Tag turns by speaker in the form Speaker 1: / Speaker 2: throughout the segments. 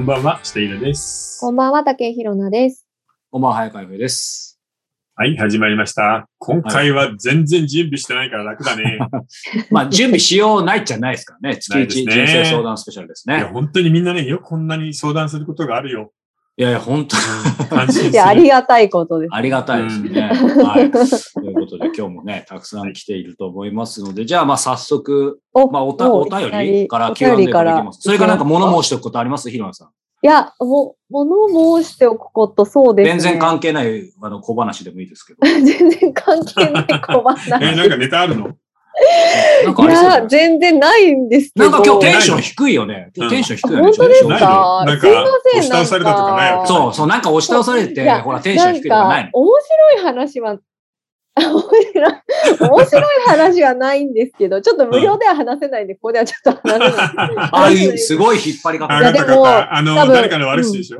Speaker 1: んばんは、下平です。
Speaker 2: こんばんは、竹井ひろなです。
Speaker 3: おまは早川洋平です。
Speaker 1: はい、始まりました。今回は全然準備してないから楽だね。
Speaker 3: まあ、準備しようないっちゃ ないですからね。月
Speaker 1: ない
Speaker 3: 1
Speaker 1: です
Speaker 3: 人
Speaker 1: ね
Speaker 3: 生相談スペシャルです
Speaker 1: いや、
Speaker 3: ね。
Speaker 1: 本当にみんなね、よくこんなに相談することがある よ。
Speaker 3: いやいや、本当に
Speaker 1: 安心する。
Speaker 2: いや、ありがたいことです。
Speaker 3: ありがたいですね。はい。ということで、今日もね、たくさん来ていると思いますので、じゃあ、まあ、早速、
Speaker 2: お
Speaker 3: まあ、おたお便りから Q&A
Speaker 2: お
Speaker 3: がで
Speaker 2: 便り
Speaker 3: き
Speaker 2: から
Speaker 3: ます。それからなんか物申しておくことありますヒロナさん。
Speaker 2: いや、も、物申しておくこと、そうですね。
Speaker 3: 全然関係ないあの小話でもいいですけど。
Speaker 2: 全然関係ない小
Speaker 1: えー
Speaker 2: 話。
Speaker 1: なんかネタあるの
Speaker 3: なんか
Speaker 2: い
Speaker 3: ありそうじゃな
Speaker 2: や、
Speaker 3: いですか
Speaker 2: 全然ないんですけ
Speaker 3: な
Speaker 2: ど。
Speaker 3: んか今日テンション低いよね。
Speaker 1: うん
Speaker 3: テンション低いよね。
Speaker 2: 本当です
Speaker 1: ない
Speaker 2: か
Speaker 1: のなん
Speaker 2: すいま
Speaker 1: か、
Speaker 2: せん
Speaker 1: 押し倒されたとかないわけ
Speaker 3: そうそう、なんか押し倒され
Speaker 2: い
Speaker 3: て、
Speaker 2: や
Speaker 3: ほら、テンション低いとか
Speaker 2: な
Speaker 3: ない
Speaker 2: ん
Speaker 3: の
Speaker 2: か、。面白い話は、 面白い、面白い話はないんですけど、ちょっと無料では話せないんで、ここではちょっと話せない。
Speaker 3: あいい、すごい引っ張りか
Speaker 1: あ、
Speaker 2: い
Speaker 3: か
Speaker 2: や
Speaker 1: わ
Speaker 3: る
Speaker 1: か
Speaker 2: で
Speaker 1: っ
Speaker 2: も
Speaker 1: たわかった。あの、
Speaker 2: 多分
Speaker 1: 誰かの悪口でしょ。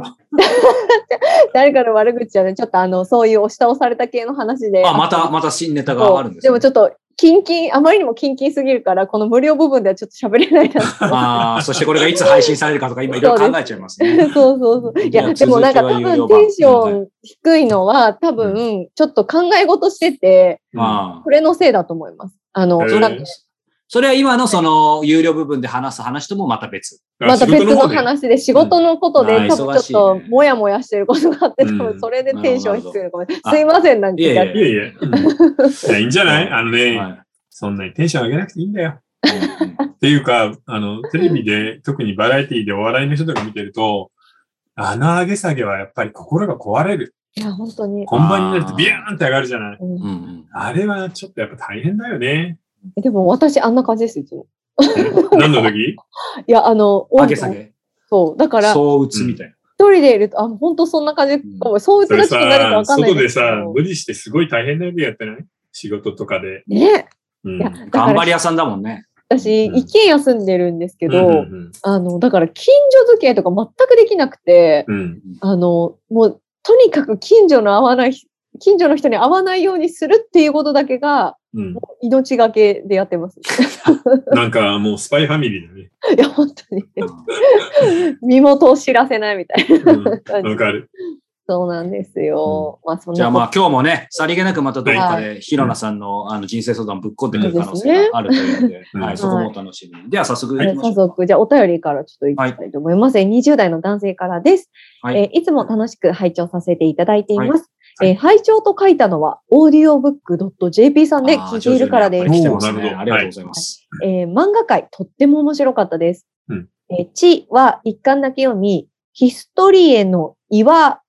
Speaker 2: 誰かの悪口じゃない、ちょっとあの、そういう押し倒された系の話で。
Speaker 3: あ、また、また新ネタがあるんです、ね。
Speaker 2: でもちょっと、キンキン、あまりにもキンキンすぎるから、この無料部分ではちょっと喋れない な。そ
Speaker 3: ああ、そしてこれがいつ配信されるかとか 今いろいろ考えちゃいますね。
Speaker 2: うそう そう。い
Speaker 3: い
Speaker 2: や、
Speaker 3: や
Speaker 2: でもなんか
Speaker 3: 続
Speaker 2: 多
Speaker 3: きは有料
Speaker 2: 分
Speaker 3: 版
Speaker 2: テンション低いのは、多分、ちょっと考え事してて、
Speaker 3: ま
Speaker 2: これのせいだと思います。あの、
Speaker 1: へ
Speaker 3: あ、
Speaker 1: ー
Speaker 2: なんか
Speaker 3: それは今のその有料部分で話す話ともまた別。
Speaker 1: あ
Speaker 2: また別の。
Speaker 1: 仕事方ね
Speaker 2: 話で、仕事のこと
Speaker 3: うん
Speaker 2: で、多
Speaker 3: あー
Speaker 2: 分
Speaker 3: 忙しい
Speaker 2: ちょっ
Speaker 3: ね
Speaker 2: と、もやもやしてることがあって、多
Speaker 1: うん
Speaker 2: 分それでテンション低いのかも。
Speaker 3: ほど
Speaker 2: すいません、なんか。
Speaker 3: いや
Speaker 1: い
Speaker 3: い
Speaker 1: やいや うんいや、いいんじゃないあのね、
Speaker 3: はい
Speaker 1: そんなにテンション上げなくていいんだよ。
Speaker 3: うんうん
Speaker 1: っていうか、あの、テレビで、特にバラエティでお笑いの人とか見てると、あの上げ下げはやっぱり心が壊れる。
Speaker 2: いや、本当に。
Speaker 1: 本番になるとビューンって上がるじゃない。
Speaker 2: うん
Speaker 3: うんうん
Speaker 1: あれはちょっとやっぱ大変だよ ね。
Speaker 2: えでも私、あんな感じです、いつも。
Speaker 1: 何の時
Speaker 2: いや、あの、
Speaker 3: 上げ下げ。
Speaker 2: そう。だから、
Speaker 3: そう打つみたいな。
Speaker 2: 一人でいると、あ、本当そんな感じ
Speaker 3: ん、
Speaker 2: こうそういう
Speaker 1: そ
Speaker 2: 人
Speaker 1: れ
Speaker 2: がちょっとなるか
Speaker 1: さ
Speaker 2: わ、かんない
Speaker 1: 外
Speaker 2: んで
Speaker 1: です
Speaker 2: けど
Speaker 1: さ、無理してすごい大変な役やってない仕事とかで。
Speaker 2: ね、
Speaker 1: うん
Speaker 2: いや、だか
Speaker 3: 頑張り
Speaker 2: ら
Speaker 3: 屋さんだもんね。
Speaker 2: 私、
Speaker 1: うん
Speaker 2: 一軒家住んでるんですけど、
Speaker 1: うんうん
Speaker 2: あの、だから近所付き合いとか全くできなくて、
Speaker 1: うんうん
Speaker 2: あの、もう、とにかく近所の合わない、近所の人に会わないようにするっていうことだけが、
Speaker 1: うん
Speaker 2: もう命がけでやっ てます。
Speaker 1: なんかもうスパイファミリーだね。
Speaker 2: いや、本当に。
Speaker 3: うん
Speaker 2: 身元を知らせないみたいな感
Speaker 1: うんわ
Speaker 2: じ。
Speaker 1: かる。
Speaker 2: そうなんですよ。まあ、そん
Speaker 3: じゃ
Speaker 2: な
Speaker 3: あ
Speaker 2: こ
Speaker 3: ま
Speaker 2: と
Speaker 3: あ今日もね、さりげなくまたどこかでひろなさんのあの人生相談ぶっこんでくる可能性があるというので、
Speaker 1: うん
Speaker 3: はい、そこもお楽しみに。では早速
Speaker 2: えー
Speaker 3: 行きましょ
Speaker 2: 早
Speaker 3: う。
Speaker 2: 速、じゃあお便りからちょっといきたいと思います。えー20代の男性からです、
Speaker 3: はい
Speaker 2: いえーいつも楽しく拝聴させていただいています。
Speaker 3: はい
Speaker 2: えー拝聴と書いたのは、audiobook.jp さんで聞いているから
Speaker 3: あ
Speaker 2: で
Speaker 3: ー徐々
Speaker 2: す。
Speaker 3: にやっぱり来てます
Speaker 1: おーなる
Speaker 3: ね。
Speaker 1: ほど
Speaker 3: ありがとうございます。
Speaker 2: えー漫画界、とっても面白かったです。
Speaker 1: うん
Speaker 2: えー地は一巻だけ読み、ヒストリエの岩、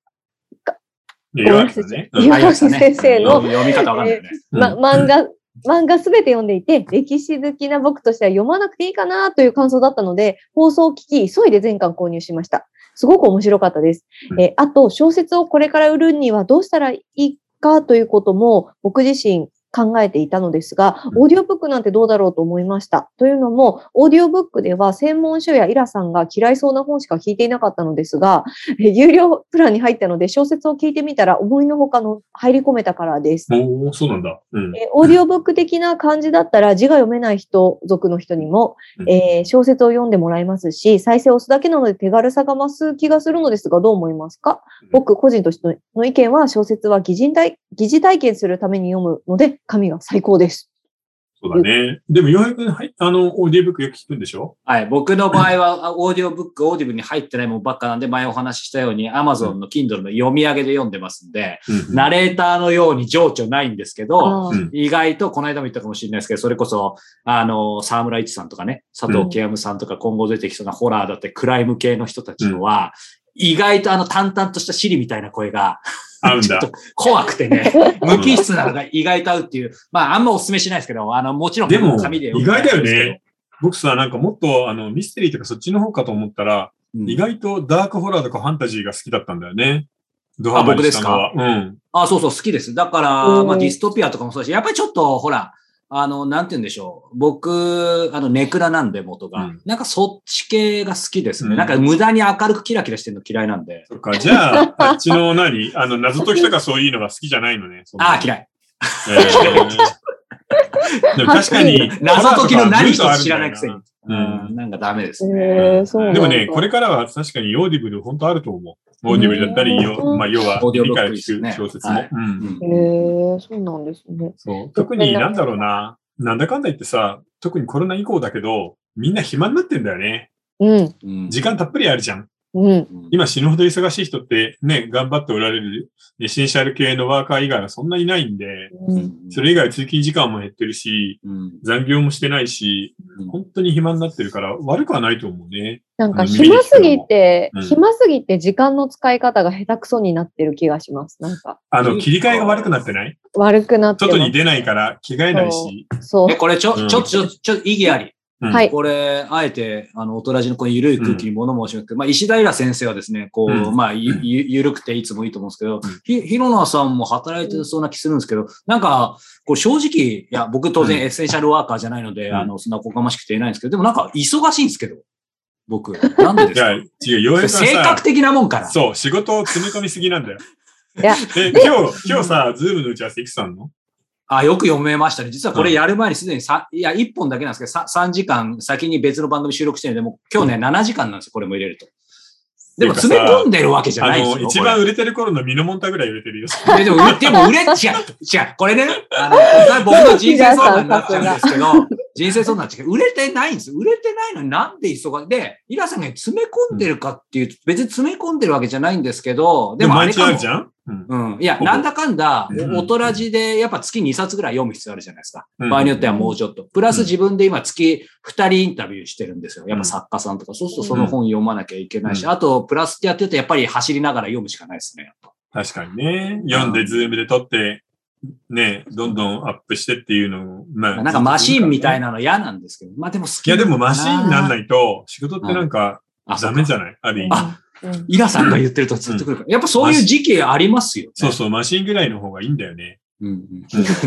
Speaker 1: いや岩木さんね。うん
Speaker 2: 岩
Speaker 3: はい
Speaker 2: 木先生の
Speaker 3: 読み方わかんないよ ね。
Speaker 2: ま、漫画、漫画すべて読んでいて、歴史好きな僕としては読まなくていいかなという感想だったので、放送を聞き、急いで全巻購入しました。すごく面白かったです。
Speaker 1: うん
Speaker 2: えーあと、小説をこれから売るにはどうしたらいいかということも、僕自身考えていたのですが、
Speaker 1: うん
Speaker 2: オーディオブックなんてどうだろうと思いました。というのも、オーディオブックでは専門書やイラさんが嫌いそうな本しか聞いていなかったのですが、えー有料プランに入ったので小説を聞いてみたら思いのほかの入り込めたからです。
Speaker 1: おー、そうなんだ。うん。
Speaker 2: えーオーディオブック的な感じだったら字が読めない人、族の人にも、
Speaker 1: うん
Speaker 2: えー小説を読んでもらえますし、再生を押すだけなので手軽さが増す気がするのですが、どう思いますか
Speaker 1: うん
Speaker 2: 僕個人としての意見は、小説は擬人体疑似体験するために読むので、紙が最高です。
Speaker 1: そうだね。でも、ようやく、はい、あの、オーディオブックよく聞くんでしょ
Speaker 3: はい、僕の場合は、あオーディオブック、オーディブに入ってないもんばっかなんで、前お話ししたように、Amazon の Kindle の読み上げで読んでますんで、
Speaker 1: うん
Speaker 3: ナレーターのように情緒ないんですけど、
Speaker 2: あ
Speaker 1: う
Speaker 2: ー
Speaker 1: ん
Speaker 3: 意外と、この間も言ったかもしれないですけど、それこそ、あの、沢村一さんとかね、佐藤慶むさんとか、今後出てきそうなホラーだって、クライム系の人たちのは、意外とあの淡々としたシリみたいな声が、
Speaker 1: 合うん
Speaker 3: ちょっ
Speaker 1: だ。
Speaker 3: と怖く てね、無機質なのが意外と合うっていう、まあ、あんまお勧めしないですけど、あの、もちろん、
Speaker 1: でも
Speaker 3: 紙読むのは
Speaker 1: 意外だよね
Speaker 3: いいです
Speaker 1: 僕さ、なんかもっと、あの、ミステリーとかそっちの方かと思ったら、
Speaker 3: けど。うん
Speaker 1: 意外とダークホラーとかファンタジーが好きだったんだよね。ドハ
Speaker 3: あ
Speaker 1: マ
Speaker 3: 僕
Speaker 1: り
Speaker 3: で
Speaker 1: し
Speaker 3: す
Speaker 1: た
Speaker 3: か
Speaker 1: のは。うん。
Speaker 3: あ、そうそう、好きです。だから
Speaker 2: う、ん
Speaker 3: まあ、ディストピアとかもそうだし、やっぱりちょっと、ほら、あの、なんて言うんでしょう。僕、あの、ネクラなんで、元が。
Speaker 1: うん
Speaker 3: なんか、そっち系が好きですね。
Speaker 1: うん
Speaker 3: なんか、無駄に明るくキラキラしてるの嫌いなんで。
Speaker 1: そっか、じゃ あ、あっちの何あの、謎解きとかそういうのが好きじゃないのね。
Speaker 3: ああ、
Speaker 1: い。
Speaker 3: 嫌い。
Speaker 1: えーでも確かに、
Speaker 3: 謎解きの何一つ知らないくせに。
Speaker 1: うん
Speaker 3: うんなんかダメです
Speaker 2: へー
Speaker 3: ね。
Speaker 2: そうなん
Speaker 1: で
Speaker 2: だ
Speaker 1: もね、これからは確かにオーディブル本当あると思う。オーディブルだったり、よ
Speaker 2: うん
Speaker 1: まあ、要は
Speaker 3: オーディオ
Speaker 1: 理
Speaker 3: ブ
Speaker 1: 解
Speaker 3: ッ
Speaker 1: を
Speaker 3: クですね
Speaker 1: 聞く小説も。
Speaker 3: はい
Speaker 1: うん
Speaker 3: うん
Speaker 2: へえ、そうなんですね。
Speaker 1: そう。特になんだろうな。なんだかんだ言ってさ、特にコロナ以降だけど、みんな暇になってんだよね。
Speaker 2: うん、
Speaker 3: うん
Speaker 1: 時間たっぷりあるじゃん。
Speaker 2: うん、
Speaker 3: うん
Speaker 1: 今死ぬほど忙しい人ってね、頑張っておられるエッセンシャル系のワーカー以外はそんないないんで、
Speaker 2: うん。
Speaker 1: それ以外通勤時間も減ってるし、
Speaker 3: うん
Speaker 1: 残業もしてないし、
Speaker 3: うん
Speaker 1: 本当に暇になってるから悪くはないと思うね。
Speaker 2: なんか
Speaker 1: うん
Speaker 2: 暇すぎて
Speaker 1: う、ん
Speaker 2: 暇すぎて時間の使い方が下手くそになってる気がします。なんか
Speaker 1: あ
Speaker 3: いい
Speaker 1: の、
Speaker 3: か
Speaker 1: 切り替えが悪くなってない
Speaker 2: 悪くなってます
Speaker 1: 外に出ないから着替えないし。
Speaker 2: そう
Speaker 3: え、。これちょ、
Speaker 1: うん
Speaker 3: ちょ、ちょ、ちょ、意義あり。
Speaker 1: うん
Speaker 2: はい
Speaker 3: これ、あえて、あの、おとらじのこの緩い空気に物申しますけど、まあ、石平先生はですね、こう、
Speaker 1: うん
Speaker 3: まあ、ゆ、ゆ緩くていつもいいと思うんですけど、
Speaker 1: ん
Speaker 3: ひ、ひろなさんも働いてそうな気するんですけど、なんか、こう、正直、いや、僕当然
Speaker 1: うん
Speaker 3: エッセンシャルワーカーじゃないので、
Speaker 1: うん
Speaker 3: あの、そんなおこがましくて言えないんですけど、でもなんか、忙しいんですけど、僕。なんでで
Speaker 1: い
Speaker 3: すか
Speaker 1: や、違う、よう
Speaker 3: そ
Speaker 1: やく
Speaker 3: れ性
Speaker 1: さ
Speaker 3: 格、的なもんから。
Speaker 1: そう、仕事を詰め込みすぎなんだよ。
Speaker 2: いや
Speaker 1: え、今日、今日さ、ズームの打ち合わせいくつあんの
Speaker 3: あ、よく読めましたね。実はこれやる前にすでにさ、いや、1本だけなんですけど、さ3時間先に別の番組収録してるんで、もう今日ね、7時間なんですよ、これも入れると。でも
Speaker 1: てかさ
Speaker 3: 詰め込んでるわけじゃ
Speaker 1: あ
Speaker 3: ないですよ。
Speaker 1: の、一番売れてる頃のミノモンタぐらい売れてるよ。
Speaker 3: これでも、うでも売れ、違う、違う、 これね、あの、これ僕の人生相談になっちゃう んですけど、人生相談って売れてないんです。売れてないのになんで忙しい。で、イラさんが詰め込んでるかっていう、別に詰め込んでるわけじゃないんですけど、で
Speaker 1: で
Speaker 3: も
Speaker 1: も
Speaker 3: あ
Speaker 1: 毎
Speaker 3: れ
Speaker 1: 日
Speaker 3: か
Speaker 1: あ
Speaker 3: も
Speaker 1: るじゃんうん
Speaker 3: うん。いや、
Speaker 1: ほぼ
Speaker 3: なんだかんだ
Speaker 1: う、ん
Speaker 3: お大人じで、やっぱ月2冊ぐらい読む必要あるじゃないですか。
Speaker 1: うん
Speaker 3: 場合によってはもうちょっと。プラス
Speaker 1: うん
Speaker 3: 自分で今月2人インタビューしてるんですよ。やっぱ作家さんとか。そうするとその本読まなきゃいけないし、
Speaker 1: うん
Speaker 3: あと、プラスってやってるとやっぱり走りながら読むしかないですね。やっぱ
Speaker 1: 確かにね。読んで、ズームで撮って、ね、どんどんアップしてっていうのを、ま
Speaker 3: なんかマシンみたい
Speaker 1: な。
Speaker 3: なの嫌なんですけど。まあでも好き。
Speaker 1: いや、でもマシンになんないいと、仕事ってなんか、
Speaker 3: あ、
Speaker 1: ダメじ
Speaker 3: ゃん。
Speaker 1: ゃないある意味。
Speaker 3: あ
Speaker 2: うん
Speaker 3: イラさんが言ってるとずっとくるから。やっぱそういう時期ありますよね。
Speaker 1: そうそう、マシンぐらいの方がいいんだよね。
Speaker 3: うんうん。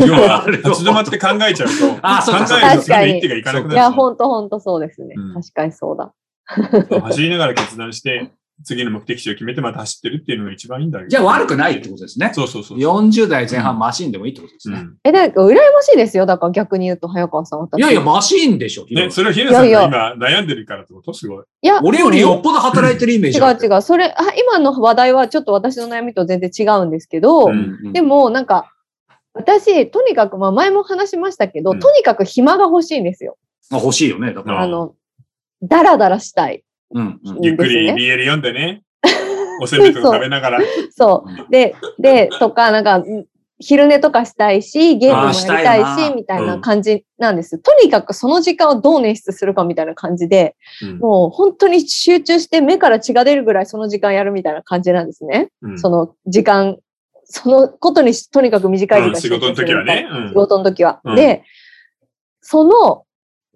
Speaker 1: うん要 は、立ち止まって考えちゃうと、
Speaker 3: あそうか
Speaker 1: 考えるとすぐ一手がいかなく
Speaker 2: い
Speaker 1: な
Speaker 2: や、
Speaker 1: る
Speaker 2: ほんとほんとそうですね
Speaker 1: うん。
Speaker 2: 確かにそうだ。
Speaker 1: 走りながら決断して、次の目的地を決めてまた走ってるっていうのが一番いいんだけど。
Speaker 3: じゃあ悪くないってことですね。
Speaker 1: そうそうそう。
Speaker 3: 40代前半マシンでもいいってことです
Speaker 1: う
Speaker 3: ね。
Speaker 1: ん
Speaker 2: え、なんか羨ましいですよ。だから逆に言うと、早川さん、私。
Speaker 3: いやいや、マシンでしょ、
Speaker 1: ね、
Speaker 3: ヒロ
Speaker 1: それをヒデさん
Speaker 2: いやい
Speaker 1: が今悩んでるからってことすごい。
Speaker 2: いや、
Speaker 3: 俺よりよっぽど働いてるイメー
Speaker 2: 違
Speaker 3: ジ
Speaker 2: う
Speaker 3: ある。
Speaker 2: 違う。それ、あ今の話題はちょっと私の悩みと全然違うんですけど、
Speaker 1: うん
Speaker 3: うん
Speaker 2: でもなんか、私、とにかく、まあ前も話しましたけど、
Speaker 1: うん
Speaker 2: とにかく暇が欲しいんですよ。
Speaker 3: まあ欲しいよね、だか
Speaker 1: うん
Speaker 3: ら。
Speaker 2: あの、ダラダラしたい。
Speaker 3: うんうん
Speaker 2: ん
Speaker 1: ゆっくり
Speaker 2: ですね
Speaker 1: BL 読んで ね。おせんべいとか食べながら。
Speaker 2: そうう。で、で、とか、なんか、ん昼寝とかしたいし、ゲームもやりた
Speaker 3: あー
Speaker 2: い
Speaker 3: したい
Speaker 2: し、
Speaker 3: な
Speaker 2: みたいな感じなんです。とにかくその時間をどう捻出するかみたいな感じで、
Speaker 1: うん
Speaker 2: もう本当に集中して目から血が出るぐらいその時間やるみたいな感じなんですね。
Speaker 1: うん
Speaker 2: その時間、そのことにしとにかく短い時
Speaker 1: うん
Speaker 2: 間
Speaker 1: 仕事の
Speaker 2: 集中す
Speaker 1: 時
Speaker 2: る
Speaker 1: は
Speaker 2: みたいな
Speaker 1: ね。うん
Speaker 2: 仕事の時は。
Speaker 1: うん
Speaker 2: で、その、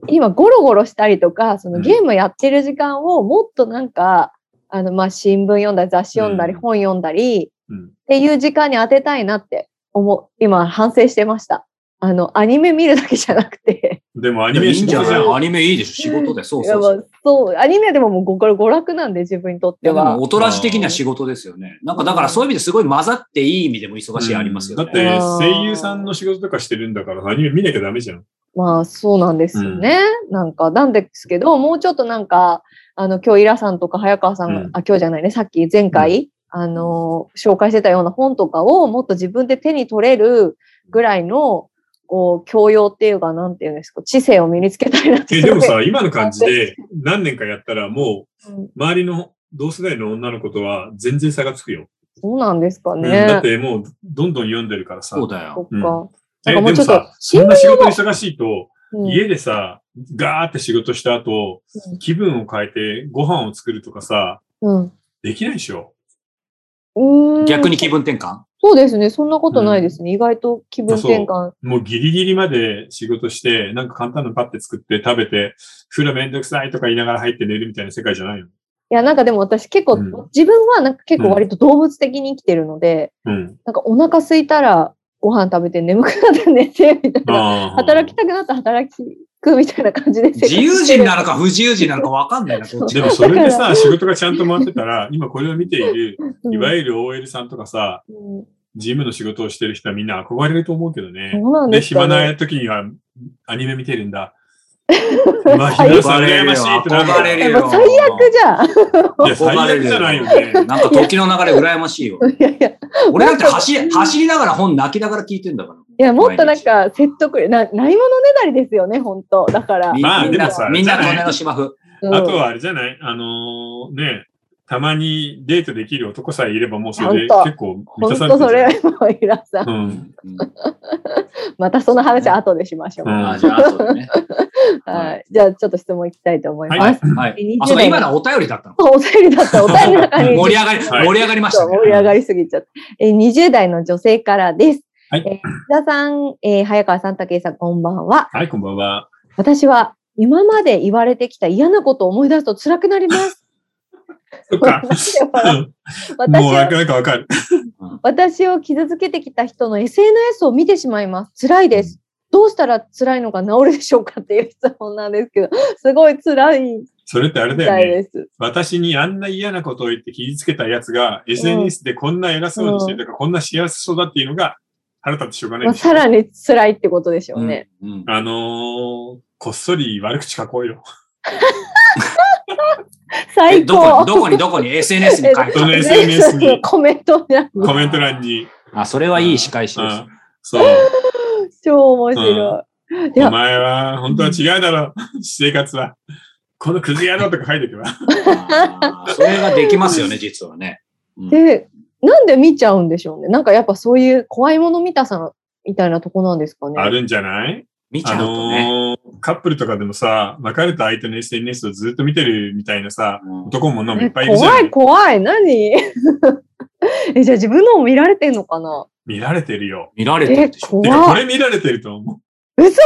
Speaker 2: 今ゴロゴロしたりとか、その
Speaker 1: うん
Speaker 2: ゲームやってる時間をもっとなんか、あの、まあ、新聞読んだり、雑誌読んだり、
Speaker 1: うん
Speaker 2: 本読んだり、
Speaker 1: うん
Speaker 2: っていう時間に当てたいなって思う、今反省してました。あの、アニメ見るだけじゃなくて、
Speaker 1: でもア
Speaker 3: ア
Speaker 1: ニメ
Speaker 3: い
Speaker 1: はい仕
Speaker 3: んじゃ
Speaker 1: 事じ
Speaker 3: な
Speaker 1: ゃん。
Speaker 3: いアニメいいでしょ、仕事で。そう
Speaker 2: いや
Speaker 3: そう
Speaker 2: ま
Speaker 3: そ
Speaker 2: あ
Speaker 3: う。
Speaker 2: そう、アニメでももうこれ娯楽なんで自分にとっ
Speaker 3: い
Speaker 2: て
Speaker 3: やで
Speaker 2: は
Speaker 3: も、。おとらじ的には仕事ですよね。なんか、だからそういう意味ですごい混ざっていい意味でも忙しいありますよ
Speaker 1: だ
Speaker 3: ね。
Speaker 1: って声優さんの仕事とかしてるんだからアニメ見なきゃダメじゃん。
Speaker 2: まあそうなんですよね。なんか、なんですけど、もうちょっとなんか、あの、今日イラさんとか早川さんが、
Speaker 1: うん
Speaker 2: あ、今日じゃないね、さっき前回、あの、紹介してたような本とかをもっと自分で手に取れるぐらいの、こう、教養っていうか、なんていうんですか、知性を身につけたいなって。
Speaker 1: え、でもさ、今の感じで何年かやったらも
Speaker 2: うん、
Speaker 1: う周りの同世代の女の子とは全然差がつくよ。
Speaker 2: そうなんですか
Speaker 1: うん
Speaker 2: ね。
Speaker 1: だってもうどんどん読んでるからさ
Speaker 3: そ。うだよ。
Speaker 2: そっか。
Speaker 1: え、で
Speaker 2: なんかもう
Speaker 1: も
Speaker 2: ちょっと
Speaker 1: さ、そんな仕事忙しいと、
Speaker 2: うん
Speaker 1: 家でさ、ガーって仕事した後、気分を変えてご飯を作るとかさ、
Speaker 2: うん
Speaker 1: できないでしょ。
Speaker 2: うん
Speaker 3: 逆に気分転換
Speaker 2: そうですね。そんなことないですね。意外と気分転換。
Speaker 1: もうギリギリまで仕事して、なんか簡単なのパッて作って食べて、風呂めんどくさいとか言いながら入って寝るみたいな世界じゃないの。
Speaker 2: いや、なんかでも私結構、
Speaker 1: うん
Speaker 2: 自分はなんか結構割と動物的に生きてるので、
Speaker 1: うん。
Speaker 2: なんかお腹空いたらご飯食べて眠くなったら寝てみたいな。
Speaker 1: あー
Speaker 2: 働きたくなったら働くみたいな感じで。
Speaker 3: 自由人なのか不自由人なのかわかんないな、どっち
Speaker 1: で
Speaker 3: か
Speaker 1: もそれで
Speaker 2: だか
Speaker 1: さ、仕事がちゃんと回ってたら、今これを見ている、
Speaker 2: うん
Speaker 1: いわゆる OL さんとかさ、
Speaker 2: うん
Speaker 1: 事務の仕事をしてる人はみんな憧れると思うけどね。
Speaker 2: そうなん
Speaker 1: で、
Speaker 2: です
Speaker 1: 暇
Speaker 2: か、ね。
Speaker 1: な時にはアニメ見てるんだ。まあ、暇さん羨ましいってな
Speaker 3: 憧れる
Speaker 1: る。
Speaker 3: よ。
Speaker 2: えもう最悪じゃん。
Speaker 1: い や、最悪じゃないよね。
Speaker 3: なんか時の流れ羨ましいよ。
Speaker 2: いやいや、い
Speaker 3: 俺だって走り、走りながら本泣きながら聞いてんだから。
Speaker 2: やもっとなんか説得力、なないものねだりですよね、本当だから。
Speaker 3: みん
Speaker 1: まあ
Speaker 3: な、みん
Speaker 1: で
Speaker 3: な
Speaker 1: もさ
Speaker 3: みんな隣の芝生。
Speaker 2: うん
Speaker 1: あとはあれじゃないあのーね、たまにデートできる男さえいればもうそれで
Speaker 2: 本当
Speaker 1: 結構満
Speaker 2: 本
Speaker 1: たされ
Speaker 2: 当
Speaker 1: てる
Speaker 2: そ
Speaker 1: じゃん
Speaker 2: れ、もうイラさん。
Speaker 1: うん。
Speaker 3: うん
Speaker 2: またその話は後でしましょう。
Speaker 1: うん
Speaker 3: あじゃあ、後でね。
Speaker 2: はい。じゃあ、ちょっと質問いきたいと思います。
Speaker 1: はい
Speaker 3: は
Speaker 2: 20。
Speaker 3: いあ、そう、今のはお便りだったの。
Speaker 2: お便りだった。お便りの中に。
Speaker 3: 盛り上がり、
Speaker 1: はい
Speaker 3: 盛り上がりまし
Speaker 2: ちょ
Speaker 3: た
Speaker 2: っと
Speaker 3: ね。
Speaker 2: 盛り上がりすぎちゃった。えー、20代の女性からです。
Speaker 1: はい
Speaker 2: えー、津田さん、えー早川さん、武井さん、こんばんは。
Speaker 1: はい、こんばんは。
Speaker 2: 私は今まで言われてきた嫌なことを思い出すと辛くなります。
Speaker 1: そっか。
Speaker 2: 私
Speaker 1: もうな
Speaker 2: は
Speaker 1: んかなんかわかる。
Speaker 2: 私を傷つけてきた人の SNS を見てしまいます。辛いです。どうしたら辛いのが治るでしょうかっていう質問なんですけど、すごい辛いみ
Speaker 1: それってあれだ
Speaker 2: たい
Speaker 1: よね。
Speaker 2: です。
Speaker 1: 私にあんな嫌なことを言って傷つけたやつが、SNS でこんな偉そうにしてるとか、こんな幸せそうだっていうのが腹立ってしょうがない
Speaker 2: まあ、
Speaker 1: でしょ
Speaker 2: さらに辛いってことでしょうね。
Speaker 3: うんうん
Speaker 1: あのー、こっそり悪口書こうよ。
Speaker 3: え
Speaker 2: 最
Speaker 3: ど
Speaker 2: 高
Speaker 3: こに、どこに、どこに、SNS に書いて
Speaker 1: その SNS
Speaker 2: SNS
Speaker 1: に
Speaker 2: のコメントじゃん。
Speaker 1: コメント欄に。
Speaker 3: あ、それはいい仕返し
Speaker 1: う
Speaker 3: です。
Speaker 1: んそう。
Speaker 2: 超面白い。い
Speaker 1: お
Speaker 2: や、
Speaker 1: 前は本当は違うだろう。私生活は。このクズ野郎とか書いてては。
Speaker 3: あーそれができますよね、実はね。うん
Speaker 2: で、なんで見ちゃうんでしょうね。なんかやっぱそういう怖いもの見たさみたいなとこなんですかね。
Speaker 1: あるんじゃない
Speaker 3: 見ち
Speaker 1: あ
Speaker 3: ゃうとね。
Speaker 1: のー、カップルとかでもさ、別れた相手の SNS をずっと見てるみたいなさ、
Speaker 3: うん
Speaker 1: 男も女もい
Speaker 2: ね
Speaker 1: っぱいいるじゃん。
Speaker 2: 怖い怖い。何 え、じゃあ自分のも見られてんのかな
Speaker 1: 見られてるよ。
Speaker 3: 見られて
Speaker 2: え
Speaker 3: るで、しょ。
Speaker 1: てか、こ
Speaker 2: 怖い。
Speaker 1: れ見られてると思
Speaker 2: 嘘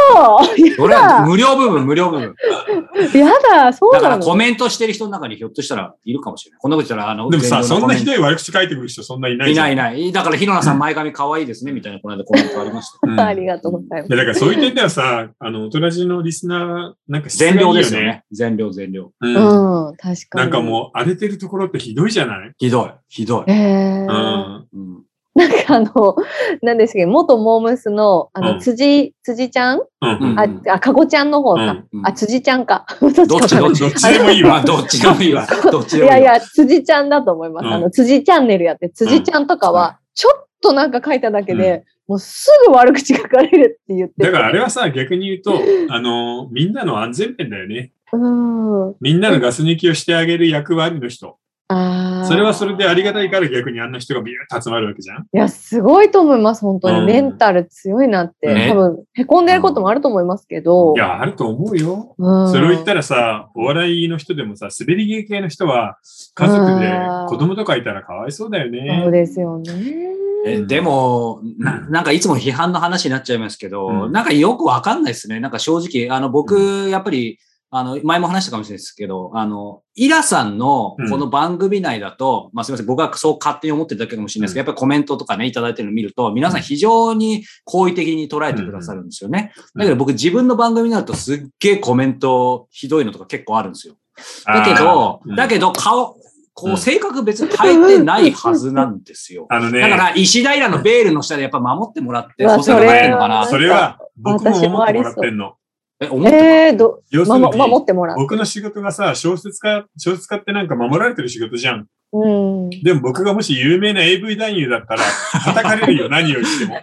Speaker 3: それは無料部分、無料部分。
Speaker 2: やだ、そう
Speaker 3: だか
Speaker 2: な
Speaker 3: らコ
Speaker 2: の
Speaker 3: メントしてる人の中にひょっとしたらいるかもしれない。こんなこと言ったら、あの、
Speaker 1: う。でもさ、
Speaker 3: 全
Speaker 1: そ
Speaker 3: 部
Speaker 1: ん
Speaker 3: のコ
Speaker 1: な
Speaker 3: メン
Speaker 1: ひ
Speaker 3: ト
Speaker 1: どい悪口書いてくる人そんないない
Speaker 3: い
Speaker 1: じゃ。
Speaker 3: なんいいない。だから、ひろなさん、前髪可愛いですね、みたいな、この間コメントあり ましたよ。
Speaker 1: うん
Speaker 2: ありがとうございます。
Speaker 1: いやだからそういう点ではさ、あの、大人じのリスナー、なんか質がい
Speaker 3: 全
Speaker 1: い
Speaker 3: 量ですよ。ね。全量、全量。
Speaker 1: う。
Speaker 2: うんん、確かに。
Speaker 1: なんかもう荒れてるところってひどいじゃない
Speaker 3: ひどい、ひど
Speaker 2: え
Speaker 3: い。
Speaker 1: う
Speaker 2: ー、
Speaker 1: ん。
Speaker 3: うん
Speaker 2: なんかあの、なんですけど、元モームスの、あ
Speaker 1: うん
Speaker 2: の、辻、辻ちゃん
Speaker 1: うん。
Speaker 2: あ
Speaker 3: うん、
Speaker 2: あ、かごちゃんの方
Speaker 1: う
Speaker 2: か。
Speaker 1: ん。
Speaker 2: あ、辻ちゃんか。 どっち
Speaker 3: どっちどっち
Speaker 1: どっちでもいい
Speaker 3: まあ
Speaker 1: わ。
Speaker 3: どっちでもいい わ。どっ
Speaker 2: い
Speaker 3: ちでもいいわ。
Speaker 2: やいや、辻ちゃんだと思います。
Speaker 1: うん
Speaker 2: あの、辻チャンネルやって、辻ちゃんとか
Speaker 3: うん
Speaker 2: は、ちょっとなんか書いただけで、もうすぐ悪口書かれるって言って
Speaker 1: だからあ
Speaker 2: れ
Speaker 1: れはさ、逆に言う と、あの、みんなの安全面だよね。
Speaker 2: うん。
Speaker 1: みんなのガス抜きをしてあげる役割の人。
Speaker 2: ああ。
Speaker 1: それはそれでありがたいから逆にあんな人がビューッと集まるわけじゃん。
Speaker 2: いや、すごいと思います。本当
Speaker 1: う
Speaker 2: に。
Speaker 1: ん
Speaker 2: メンタル強いなって。
Speaker 3: ね
Speaker 2: 多分、凹んでることもあると思いますけど。
Speaker 1: いや、あると思うよ。
Speaker 2: うん、
Speaker 1: それを言ったらさ、お笑いの人でもさ、滑り芸系の人は、家族で子供とかいたらかわいそうだよ
Speaker 2: そ
Speaker 1: ね。
Speaker 2: うですよね。
Speaker 3: えでもな、なんかいつも批判の話になっちゃいますけど、
Speaker 1: うん
Speaker 3: なんかよくわかんないですね。なんか正直、あの、僕、やっぱり、あの、前も話したかもしれないですけど、あの、イラさんの
Speaker 1: うん
Speaker 3: この番組内だと、まあすいません、僕はそう勝手に思ってるだけかもしれないですけど、やっぱりコメントとかね、いただいてるのを見ると、皆さん非常に好意的に捉えてくださるんですよね。
Speaker 1: うん
Speaker 3: だけど僕自分の番組になるとすっげえコメントひどいのとか結構あるんですよ。だけど、だ
Speaker 1: ど、
Speaker 3: けど顔、こ
Speaker 1: う
Speaker 3: うん性格別に変えてないはずなんですよ。
Speaker 1: あの
Speaker 3: だか
Speaker 1: ね、
Speaker 3: ら、石平のベールの下でやっぱ守ってもらって、
Speaker 2: うわ
Speaker 3: 補正が入ってんのかな
Speaker 1: それは僕も思ってもらってんの。
Speaker 3: え、思って
Speaker 2: えー、ど、
Speaker 1: 要す
Speaker 2: ま
Speaker 1: るに
Speaker 2: も、、守ってもらう。
Speaker 1: 僕の仕事がさ、小説家、小説家ってなんか守られてる仕事じゃん。
Speaker 2: うん。
Speaker 1: でも僕がもし有名な AV 男優だ ったら、叩かれるよ、何を言っても。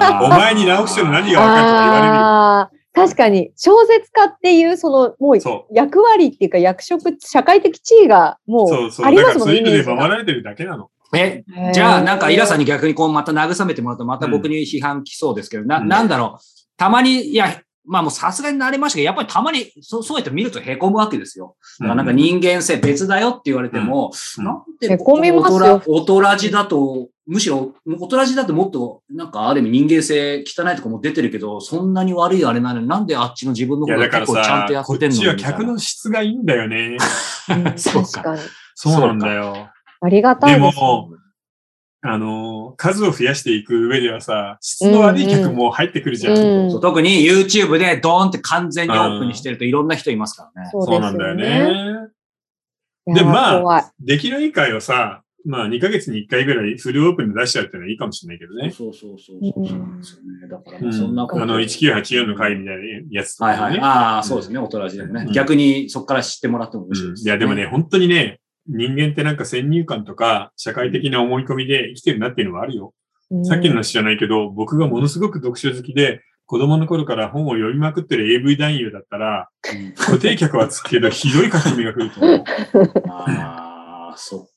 Speaker 3: あー
Speaker 1: お前に直木賞の何が分かるとか言われるよ。
Speaker 2: ああ、確かに、小説家っていう、その、もう、
Speaker 1: そ
Speaker 2: 役割っていうか役職、社会的地位が
Speaker 1: う。
Speaker 2: もう
Speaker 1: そうそ
Speaker 2: あ
Speaker 1: う。
Speaker 2: り
Speaker 1: だ
Speaker 2: ま
Speaker 1: か
Speaker 2: す
Speaker 1: ら
Speaker 2: も
Speaker 1: そ
Speaker 2: ん
Speaker 1: う
Speaker 2: ね、
Speaker 1: いう
Speaker 2: イ
Speaker 1: 意味で
Speaker 2: メージが
Speaker 1: 守られてるだけなの。
Speaker 3: え、
Speaker 2: へー
Speaker 3: じゃあ、なんか、イラさんに逆にこう、また慰めてもらうと、また僕に批判来そうですけど、な、
Speaker 1: うん
Speaker 3: なんだろう。たまに、いや、まあもうさすがに慣れましたけど、やっぱりたまに、そう、そうやって見ると凹むわけですよ。だからなんか人間性別だよって言われても、
Speaker 1: うん
Speaker 3: なんで
Speaker 2: 凹みますよ
Speaker 3: 大人大人じだと、むしろ、大人じだともっと、なんかある意味人間性汚いとこも出てるけど、そんなに悪いあれなのに、なんであっちの自分の
Speaker 1: い
Speaker 3: 方
Speaker 1: や、
Speaker 3: が
Speaker 1: だか
Speaker 3: 結
Speaker 1: ら
Speaker 3: 構ちゃんとや
Speaker 1: さ、
Speaker 3: っ
Speaker 1: こ
Speaker 3: て
Speaker 1: っ
Speaker 3: んのにみ
Speaker 1: ち
Speaker 3: たい
Speaker 1: は
Speaker 3: な
Speaker 1: 客の質がいいんだよね。
Speaker 2: うん
Speaker 3: そうか
Speaker 2: 確かに。
Speaker 1: そうなんだよ。
Speaker 2: ありがたいです。
Speaker 1: でもあのー、数を増やしていく上ではさ、質の悪い客も入ってくるじゃん。
Speaker 2: うん
Speaker 3: そう特に YouTube でドーンって完全にオープンにしてるといろんな人いますからね。
Speaker 2: そう
Speaker 1: そう
Speaker 2: で
Speaker 1: な
Speaker 2: す
Speaker 1: んだ
Speaker 2: よ
Speaker 1: よ
Speaker 2: ね。
Speaker 1: ね。
Speaker 2: い
Speaker 1: で
Speaker 2: や
Speaker 1: まあ
Speaker 2: 怖い
Speaker 1: できる委員会をさ、まあ、2ヶ月に1回ぐらいフルオープンで出しちゃうっていうのはいいかもしれないけどね。
Speaker 3: そうそうそうそう。そうなんですよね。だから、ま
Speaker 1: う
Speaker 3: あ
Speaker 1: ん
Speaker 3: そんなこと。
Speaker 1: あの、1984の会みたいなやつと
Speaker 3: はい
Speaker 1: か
Speaker 3: はい。
Speaker 1: ね。
Speaker 3: ああ、そうですね。大人じでもね
Speaker 1: う。ん
Speaker 3: 逆にそこから知ってもらっても面白い
Speaker 1: うん
Speaker 3: です。
Speaker 1: いや、でもね、。本当にね、人間ってなんか先入観とか社会的な思い込みで生きてるなっていうのはあるよ。さっきの話じゃないけど、僕がものすごく読書好きで、子供の頃から本を読みまくってる AV 男優だったら、
Speaker 3: うん
Speaker 1: 固定客はつくけど、ひどい書き目が来ると思う。
Speaker 3: ああ、そっか。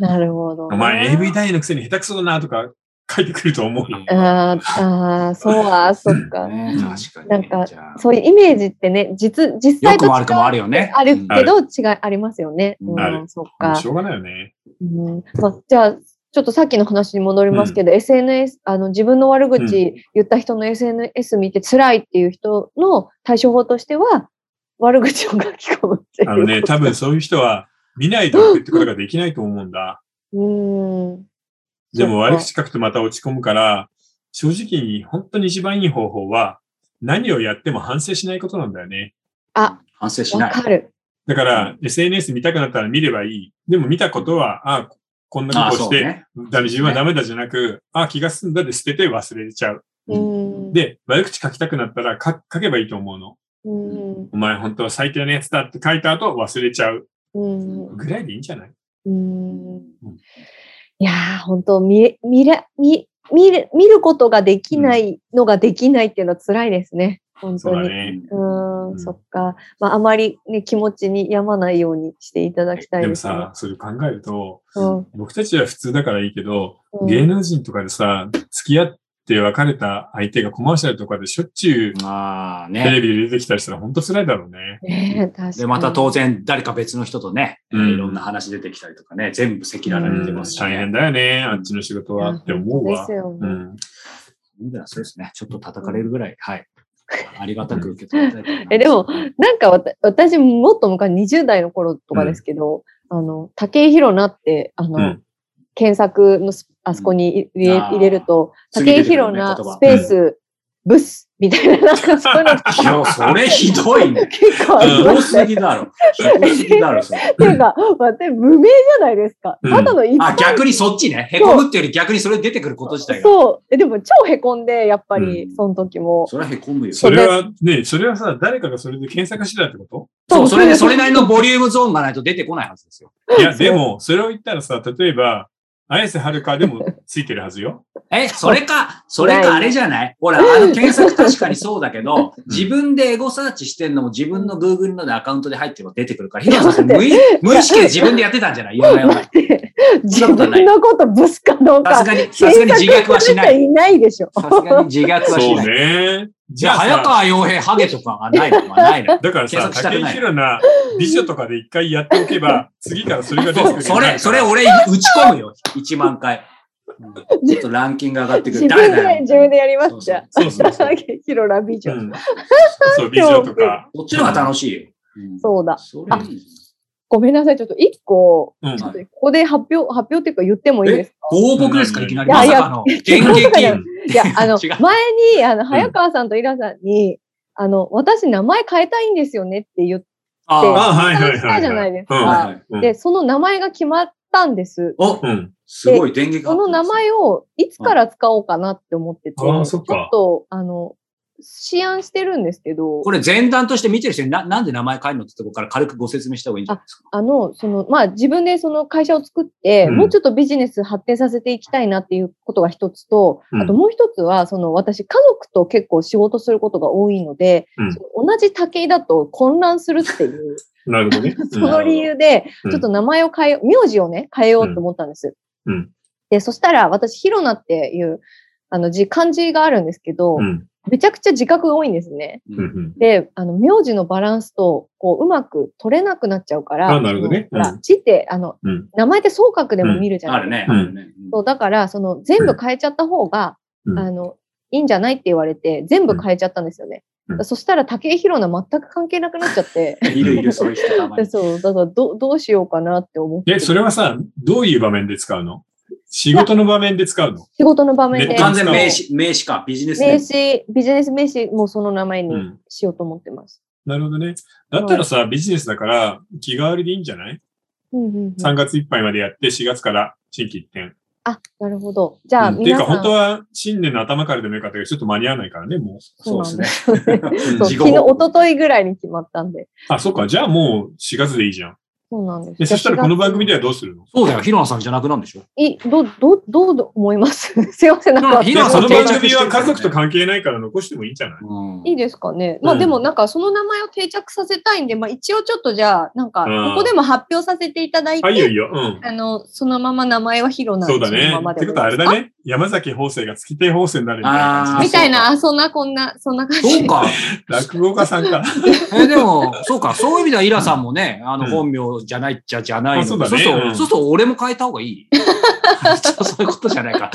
Speaker 2: なるほどね。
Speaker 1: お前 AV 男優のくせに下手くそだなとか書いてくると思うよ。
Speaker 2: あーあー、そう は、そっか。
Speaker 3: ね確かにね。
Speaker 2: なんか
Speaker 3: じゃあ
Speaker 2: そういうイメージってね、実、実
Speaker 3: よ
Speaker 2: 際
Speaker 3: く
Speaker 2: と
Speaker 3: も悪くもあ
Speaker 2: 違う。
Speaker 3: るよね。
Speaker 2: あ
Speaker 3: うん
Speaker 2: るけど、違いありますよね。
Speaker 3: うん
Speaker 2: うん、
Speaker 1: ある
Speaker 2: そっか。
Speaker 1: しょうがないよね。
Speaker 2: うんまあ、じゃあ、ちょっとさっきの話に戻りますけど、SNS、あの、自分の悪口言った人の SNS 見て辛いっていう人の対処法としては、悪口を書き込むっていう。
Speaker 1: あのね、多分そういう人は見ないでおくってことができないと思うんだ。
Speaker 2: うん。
Speaker 1: でも悪
Speaker 2: そ
Speaker 1: 口書くとまた落ち込むから、正直に本当に一番いい方法は、何をやっても反省しないことなんだよね。
Speaker 2: あ、
Speaker 3: 反省し
Speaker 2: っか。
Speaker 3: な
Speaker 2: わ
Speaker 3: い。
Speaker 2: かる。
Speaker 1: だか
Speaker 3: う
Speaker 1: ら、SNS 見たくなったら見ればいい。でも見たことは、ああ、こんな
Speaker 3: あ
Speaker 1: こ
Speaker 3: あ、
Speaker 1: と
Speaker 3: そ
Speaker 1: し
Speaker 3: う
Speaker 1: て、
Speaker 3: ね。
Speaker 1: ダメ、自分はダメだじゃなく、あ、気が済んだで捨てて忘れちゃう。
Speaker 2: うん。
Speaker 1: で、悪口書きたくなったら書書けばいいと思うの。
Speaker 2: うん。
Speaker 1: お前本当は最低なやつだって書いた後忘れちゃう
Speaker 2: うん。
Speaker 1: ぐらいでいいんじゃない
Speaker 2: うんいやー、本当見え、見れ、見、見る、見ることができないのができないっていうのは辛いですね。本
Speaker 1: そうだ
Speaker 2: 当に。
Speaker 1: ね。
Speaker 2: う
Speaker 1: う
Speaker 2: ーん、
Speaker 1: ん
Speaker 2: そっか。まあ、あまりね、気持ちに病まないようにしていただきたい
Speaker 1: でも
Speaker 2: です、ね。
Speaker 1: さ、それ考えると、
Speaker 2: うん、
Speaker 1: 僕たちは普通だからいいけど、
Speaker 2: うん
Speaker 1: 芸能人とかでさ、付き合って別れた相手がコマーシャルとかでしょっちゅう
Speaker 3: ああ、
Speaker 1: テレ
Speaker 3: ね。
Speaker 1: ビで出てきたりしたら本当辛いだろうね。
Speaker 2: ねえ確かに。
Speaker 3: で、また当然、誰か別の人とね、え
Speaker 1: うん
Speaker 3: ーいろんな話出てきたりとかね、全部赤裸々に出てますし
Speaker 1: 大変
Speaker 3: ね。
Speaker 1: だよね、あっちの仕事
Speaker 2: いや
Speaker 1: はって思う
Speaker 2: 本当で
Speaker 1: わ
Speaker 2: す。よ
Speaker 1: う
Speaker 2: ね。
Speaker 1: ん。
Speaker 3: そうですね。ちょっと叩かれるぐらい、はい。ありがたく受け取りたいと思います
Speaker 2: えでも、なんかわた私、もっと昔、20代の頃とかですけど、あの、竹井宏奈って、あの、
Speaker 1: うん
Speaker 2: 検索のスあそこに入れ,、
Speaker 3: あー
Speaker 2: 入れると、
Speaker 3: 次出
Speaker 2: 竹井
Speaker 3: てくる
Speaker 2: 宏
Speaker 3: ね
Speaker 2: 奈
Speaker 3: 言葉
Speaker 2: スペース、ブスみたいな、 なんかそういうのが
Speaker 3: いや、それひどいね。
Speaker 2: 結構あ
Speaker 3: ひ
Speaker 2: りま
Speaker 3: ど
Speaker 2: した
Speaker 3: す
Speaker 2: ね。
Speaker 3: ぎだろ。ひどすぎだろ、それ。
Speaker 2: っていうか、待って、無名じゃないですか。
Speaker 1: うん
Speaker 2: ただの一
Speaker 3: あ、
Speaker 2: 般
Speaker 3: 逆にそっちね。へこむっていうより逆にそれ出てくること自体が。
Speaker 2: そう。えでも超へこんで、やっぱり、
Speaker 3: うん
Speaker 2: その時も。
Speaker 3: それはへこむよ。
Speaker 1: それは、ね、それはさ、誰かがそれで検索してたってこ
Speaker 3: そう、それで、それなりのボリュームゾーンがないと出てこないはずですよ。
Speaker 1: とい や、でも、それを言ったらさ、例えば、綾瀬はるかでもついてるはず よ。
Speaker 3: え、それか、それかあれじゃないほら、あの検索確かにそうだけ ど、自分でエゴサーチしてんのも自分の Google のでアカウントで入ってるの出てくるから、ひろさんそれ無意無意識で自分でやってたんじゃない言わないよ
Speaker 2: 待って、
Speaker 3: そ
Speaker 2: 自
Speaker 3: んなことない
Speaker 2: 分のことブスかどう
Speaker 3: さ
Speaker 2: か
Speaker 3: す。がに、さすがに自虐はしな
Speaker 2: 検索する 人
Speaker 3: い。
Speaker 2: いないでしょ。
Speaker 3: さすがに自虐は
Speaker 1: そ
Speaker 3: し
Speaker 1: う
Speaker 3: ない。
Speaker 1: ね。
Speaker 3: じ
Speaker 1: じ
Speaker 3: ゃ
Speaker 1: ゃ
Speaker 3: あ、
Speaker 1: あ
Speaker 3: 早
Speaker 1: さ、
Speaker 3: 川洋平ハゲとかがないのはないの。
Speaker 1: だからさ、
Speaker 3: 検索したく
Speaker 1: 竹井
Speaker 3: ない
Speaker 1: 宏奈、美女とかで一回やっておけば、次からそれが出てくるようにな
Speaker 3: そ
Speaker 1: るから。
Speaker 3: れ、それ俺打ち込むよ。1万回。うんちょっとランキング上がってく
Speaker 2: 自
Speaker 3: る。
Speaker 2: 分
Speaker 3: 誰だ
Speaker 2: で、
Speaker 3: よ。
Speaker 2: 自分でやりますじゃ
Speaker 1: そうそうそ
Speaker 2: あ。
Speaker 1: う。
Speaker 2: ヒロラ美
Speaker 1: う
Speaker 2: 女。
Speaker 1: ん、そう、美女とか。
Speaker 3: そっちの方が楽しいよ。うん
Speaker 2: そうだ。
Speaker 3: それいい
Speaker 2: ごめんなさい。ちょっと一個、
Speaker 1: うん
Speaker 2: ちょっとここで発表、発表っていうか言ってもいいですか
Speaker 3: ご報告ですかいきなり。
Speaker 2: いや
Speaker 3: ま
Speaker 2: い
Speaker 3: さ
Speaker 2: や
Speaker 3: かの。電撃。
Speaker 2: いやい や、あの、
Speaker 3: 違う
Speaker 2: 前に、あの、早川さんとイラさんに、あの、私名前変えたいんですよねって言って、
Speaker 1: あ
Speaker 3: あ
Speaker 1: はいはいはいはい。
Speaker 2: したじゃないです
Speaker 3: あ。
Speaker 2: か。
Speaker 3: はいはい。
Speaker 1: うん
Speaker 2: で、その名前が決まったんです。
Speaker 3: お
Speaker 1: う、ん。
Speaker 3: すごい電撃。
Speaker 2: その名。前をいつから使おうかなって思ってて、ち
Speaker 1: あ
Speaker 2: ょ
Speaker 1: ー
Speaker 2: っ
Speaker 1: そっか
Speaker 2: と、あの、試案してるんですけど
Speaker 3: こ、れ前段として見てる人にななんで名前変えるのってとこから軽くご説明した方がいいんじゃないですか。
Speaker 2: あの、その、まあ、自分でその会社を作って、
Speaker 1: うん
Speaker 2: もうちょっとビジネス発展させていきたいなっていうことが一つと、
Speaker 1: うん
Speaker 2: あともう一つは、その、私、家族と結構仕事することが多いので、
Speaker 1: うん
Speaker 2: その同じ竹井だと混乱するっていう、
Speaker 1: なるほどね。うん
Speaker 2: その理由で、
Speaker 1: うん
Speaker 2: ちょっと名前を変えよう、名字をね、変えようと思ったんです。
Speaker 1: うんうん
Speaker 2: で、そしたら、私、ひろなっていう、あの字、漢字があるんですけど、
Speaker 1: うん。
Speaker 2: めちゃくちゃ自覚が多いんですね。
Speaker 1: うんうん。
Speaker 2: で、あの、名字のバランスと、こう、うまく取れなくなっちゃうから、
Speaker 1: あなるほどね
Speaker 2: そのほら
Speaker 1: うん
Speaker 2: 字って、あの、
Speaker 1: うん
Speaker 2: 名前って双角でも見るじゃな
Speaker 3: あ
Speaker 2: い
Speaker 3: るね。
Speaker 1: うん
Speaker 3: あるね。うん
Speaker 2: そう、だから、その、全部変えちゃった方が、
Speaker 1: うん
Speaker 2: あの、いいんじゃないって言われて、全部変えちゃったんですよね。
Speaker 1: うん
Speaker 2: そしたら、竹井宏奈全く関係なくなっち ゃって、
Speaker 3: いるいる、そういう人たまに。
Speaker 2: そう、だからど、どうしようかなって思って。
Speaker 1: え、それはさ、どういう場面で使うの仕事の場面で使うの
Speaker 2: 仕事の場面
Speaker 1: ネ
Speaker 2: で
Speaker 1: ット
Speaker 3: 完
Speaker 1: に
Speaker 3: 全名詞、名詞か、ビジネス
Speaker 2: 名
Speaker 3: 名
Speaker 2: 刺、ビジネス名刺もその名前
Speaker 1: う
Speaker 2: に
Speaker 1: ん。
Speaker 2: しようと思ってます。
Speaker 1: なるほどね。だったらさ、ビジネスだから、気代わりでいいんじゃない
Speaker 2: うんうんうん
Speaker 1: 3月いっぱいまでやって、4月から新規一転。
Speaker 2: あ、なるほど。じゃあ、
Speaker 1: うん、ていう
Speaker 2: 皆
Speaker 1: か、
Speaker 2: さ
Speaker 1: 本
Speaker 2: ん
Speaker 1: 当、は新年の頭からでもよかったけど、ちょっと間に合わないからね、もう。
Speaker 3: そうですね。
Speaker 1: うん
Speaker 2: そう
Speaker 3: 事
Speaker 2: 昨
Speaker 3: 後
Speaker 2: 日、一昨日ぐらいに決まったんで。
Speaker 1: あ、そっか。じゃあもう4月でいいじゃん。
Speaker 2: そうなんです。
Speaker 1: でそしたらこの番組で
Speaker 2: は。
Speaker 1: はどうするの
Speaker 3: そうだよ。ヒロナさんじゃなくなるんでしょ
Speaker 2: い、ど、ど、どう思います すいません、なんか。
Speaker 3: ヒ
Speaker 1: い
Speaker 3: ロ
Speaker 1: や、
Speaker 3: ナ
Speaker 1: そ
Speaker 3: さん
Speaker 1: の
Speaker 3: 定
Speaker 1: 番
Speaker 3: 着して
Speaker 1: 組
Speaker 3: る
Speaker 1: は家族と関係ないから残してもいいんじゃない
Speaker 3: うん
Speaker 2: いいですかね。まあ
Speaker 1: うん
Speaker 2: でもなんかその名前を定着させたいんで、まあ一応ちょっとじゃあ、なんか
Speaker 1: うん
Speaker 2: ここでも発表させていただいて、
Speaker 1: あ、いいよいいよ。うん。
Speaker 2: あの、そのまま名前はヒロなんで
Speaker 1: そうだ
Speaker 2: その
Speaker 1: ね
Speaker 2: まま。
Speaker 1: っ
Speaker 2: で
Speaker 1: てことはあれだね。山崎法政が月亭法政になるみたいな
Speaker 3: あ
Speaker 1: 感
Speaker 2: み
Speaker 1: じ
Speaker 2: たいな、
Speaker 3: そ
Speaker 2: あそんな、こんな、そんな感じ。
Speaker 3: そうか。
Speaker 1: 落語家さんか。
Speaker 3: え、でも、そうか。そういう意味では、イラさんもね、あの、
Speaker 1: うん
Speaker 3: 本名じゃないっちゃじゃないの。
Speaker 1: あそうだね
Speaker 3: そうすると、
Speaker 1: うん
Speaker 3: そうすると俺も変えた方がい い。そうそういうことじゃないか。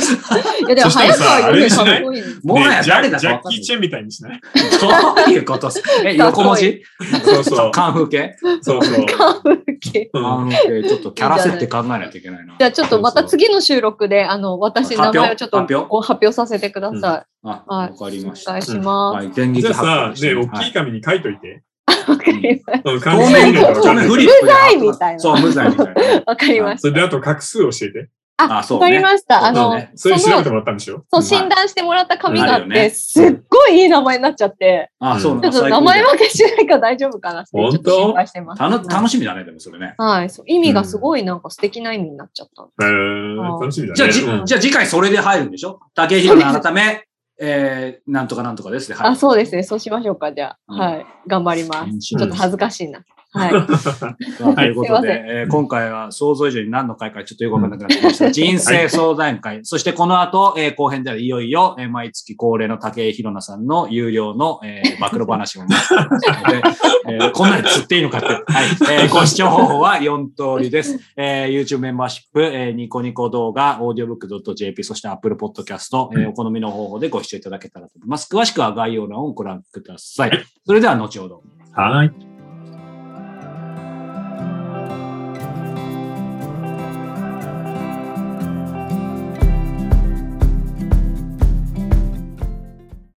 Speaker 2: いやでも
Speaker 1: そしたら
Speaker 2: 早川
Speaker 1: さ
Speaker 2: はよりかっこいい。
Speaker 3: もはや
Speaker 1: ねジ
Speaker 3: 誰
Speaker 1: ャ
Speaker 3: だ
Speaker 1: ジ
Speaker 3: か
Speaker 1: ャ
Speaker 3: わ
Speaker 1: ッ
Speaker 3: かん
Speaker 1: キ
Speaker 3: ない
Speaker 1: ー・チェンみたいにし ない
Speaker 3: どういうことっすえ、横文字
Speaker 1: そうそう。
Speaker 3: カンフー系
Speaker 1: そうそう。
Speaker 2: カンフ系
Speaker 1: う
Speaker 3: カ
Speaker 1: ん
Speaker 3: ンフー系、ちょっとキャラ設定考えないといけないな。
Speaker 2: じゃあちょっとまた次の収録で、あの、私
Speaker 3: 発
Speaker 2: 名
Speaker 3: 表
Speaker 2: 前をちょっと
Speaker 3: 発表
Speaker 2: こう発表させてください。
Speaker 3: あ、
Speaker 2: は
Speaker 3: わ
Speaker 2: い。
Speaker 3: かりまし
Speaker 2: お
Speaker 3: た
Speaker 2: 願い。しま
Speaker 3: は
Speaker 2: す。
Speaker 3: い、電
Speaker 1: じ
Speaker 3: 撃
Speaker 1: ゃ
Speaker 3: 発
Speaker 1: あさ
Speaker 3: 表、
Speaker 1: ね、
Speaker 3: は
Speaker 1: 大きい紙に書いといて。
Speaker 2: わかりました
Speaker 1: うん、
Speaker 3: 透
Speaker 1: 漢字で見
Speaker 3: 明
Speaker 1: るのが
Speaker 3: の、
Speaker 1: わ
Speaker 3: 透
Speaker 1: かん
Speaker 3: 明
Speaker 1: ないけど
Speaker 3: フリップでそう、無罪みたいな。
Speaker 2: わかりまし
Speaker 1: それで、あと画数を教えて。
Speaker 2: た。
Speaker 3: あ
Speaker 2: あ、
Speaker 3: そう
Speaker 2: わ
Speaker 3: ね
Speaker 2: かりました。あ
Speaker 3: そう
Speaker 2: の
Speaker 3: ね、
Speaker 1: そ
Speaker 2: そ
Speaker 1: れ調べて
Speaker 2: の、
Speaker 1: もらったんでしょ
Speaker 2: そう、診断してもらった紙があ
Speaker 3: う
Speaker 2: っ
Speaker 3: んあるよね
Speaker 2: て、すっごいいい名前になっちゃって、
Speaker 3: あそうなん
Speaker 2: ちょっ
Speaker 3: だ
Speaker 2: と名前分けしないから大丈夫かなって、ちょっと心配してます。
Speaker 3: たの
Speaker 2: はい
Speaker 3: 楽しみだね、でもそれね。
Speaker 2: はい。そう意味がすごいなんか素敵な意味になっちゃった。
Speaker 1: えー、楽しみだね。
Speaker 3: じゃあ、じ
Speaker 1: うん
Speaker 3: じゃあ次回それで入るんでしょ竹広の改め、えー、なんとかなんとかですね。
Speaker 2: あ、そうです
Speaker 3: ね。
Speaker 2: ね。そうしましょうか。じゃあ、
Speaker 3: うん
Speaker 2: はい。頑張ります。
Speaker 3: ち
Speaker 2: ちょっと恥ずかしいな。はい。
Speaker 3: まあというこ
Speaker 2: はい
Speaker 3: と
Speaker 2: すいま
Speaker 3: で、えー今回は想像以上に何の回かちょっとよくわかんなくなってきました。人生相談会。そしてこの後、えー後編ではいよいよ、えー毎月恒例の竹井宏奈さんの有料の、えー、暴露話を見ますの で、えーこんなに釣っていいのかって。はい。えーご視聴方法は4通りです。えー YouTube メンバーシップ、えーニコニコ動画、audiobook.jp、そして Apple Podcast、えーお好みの方法でご視聴いただけたらと思います。詳しくは概要欄をご覧ください。それでは後ほど。
Speaker 1: はい。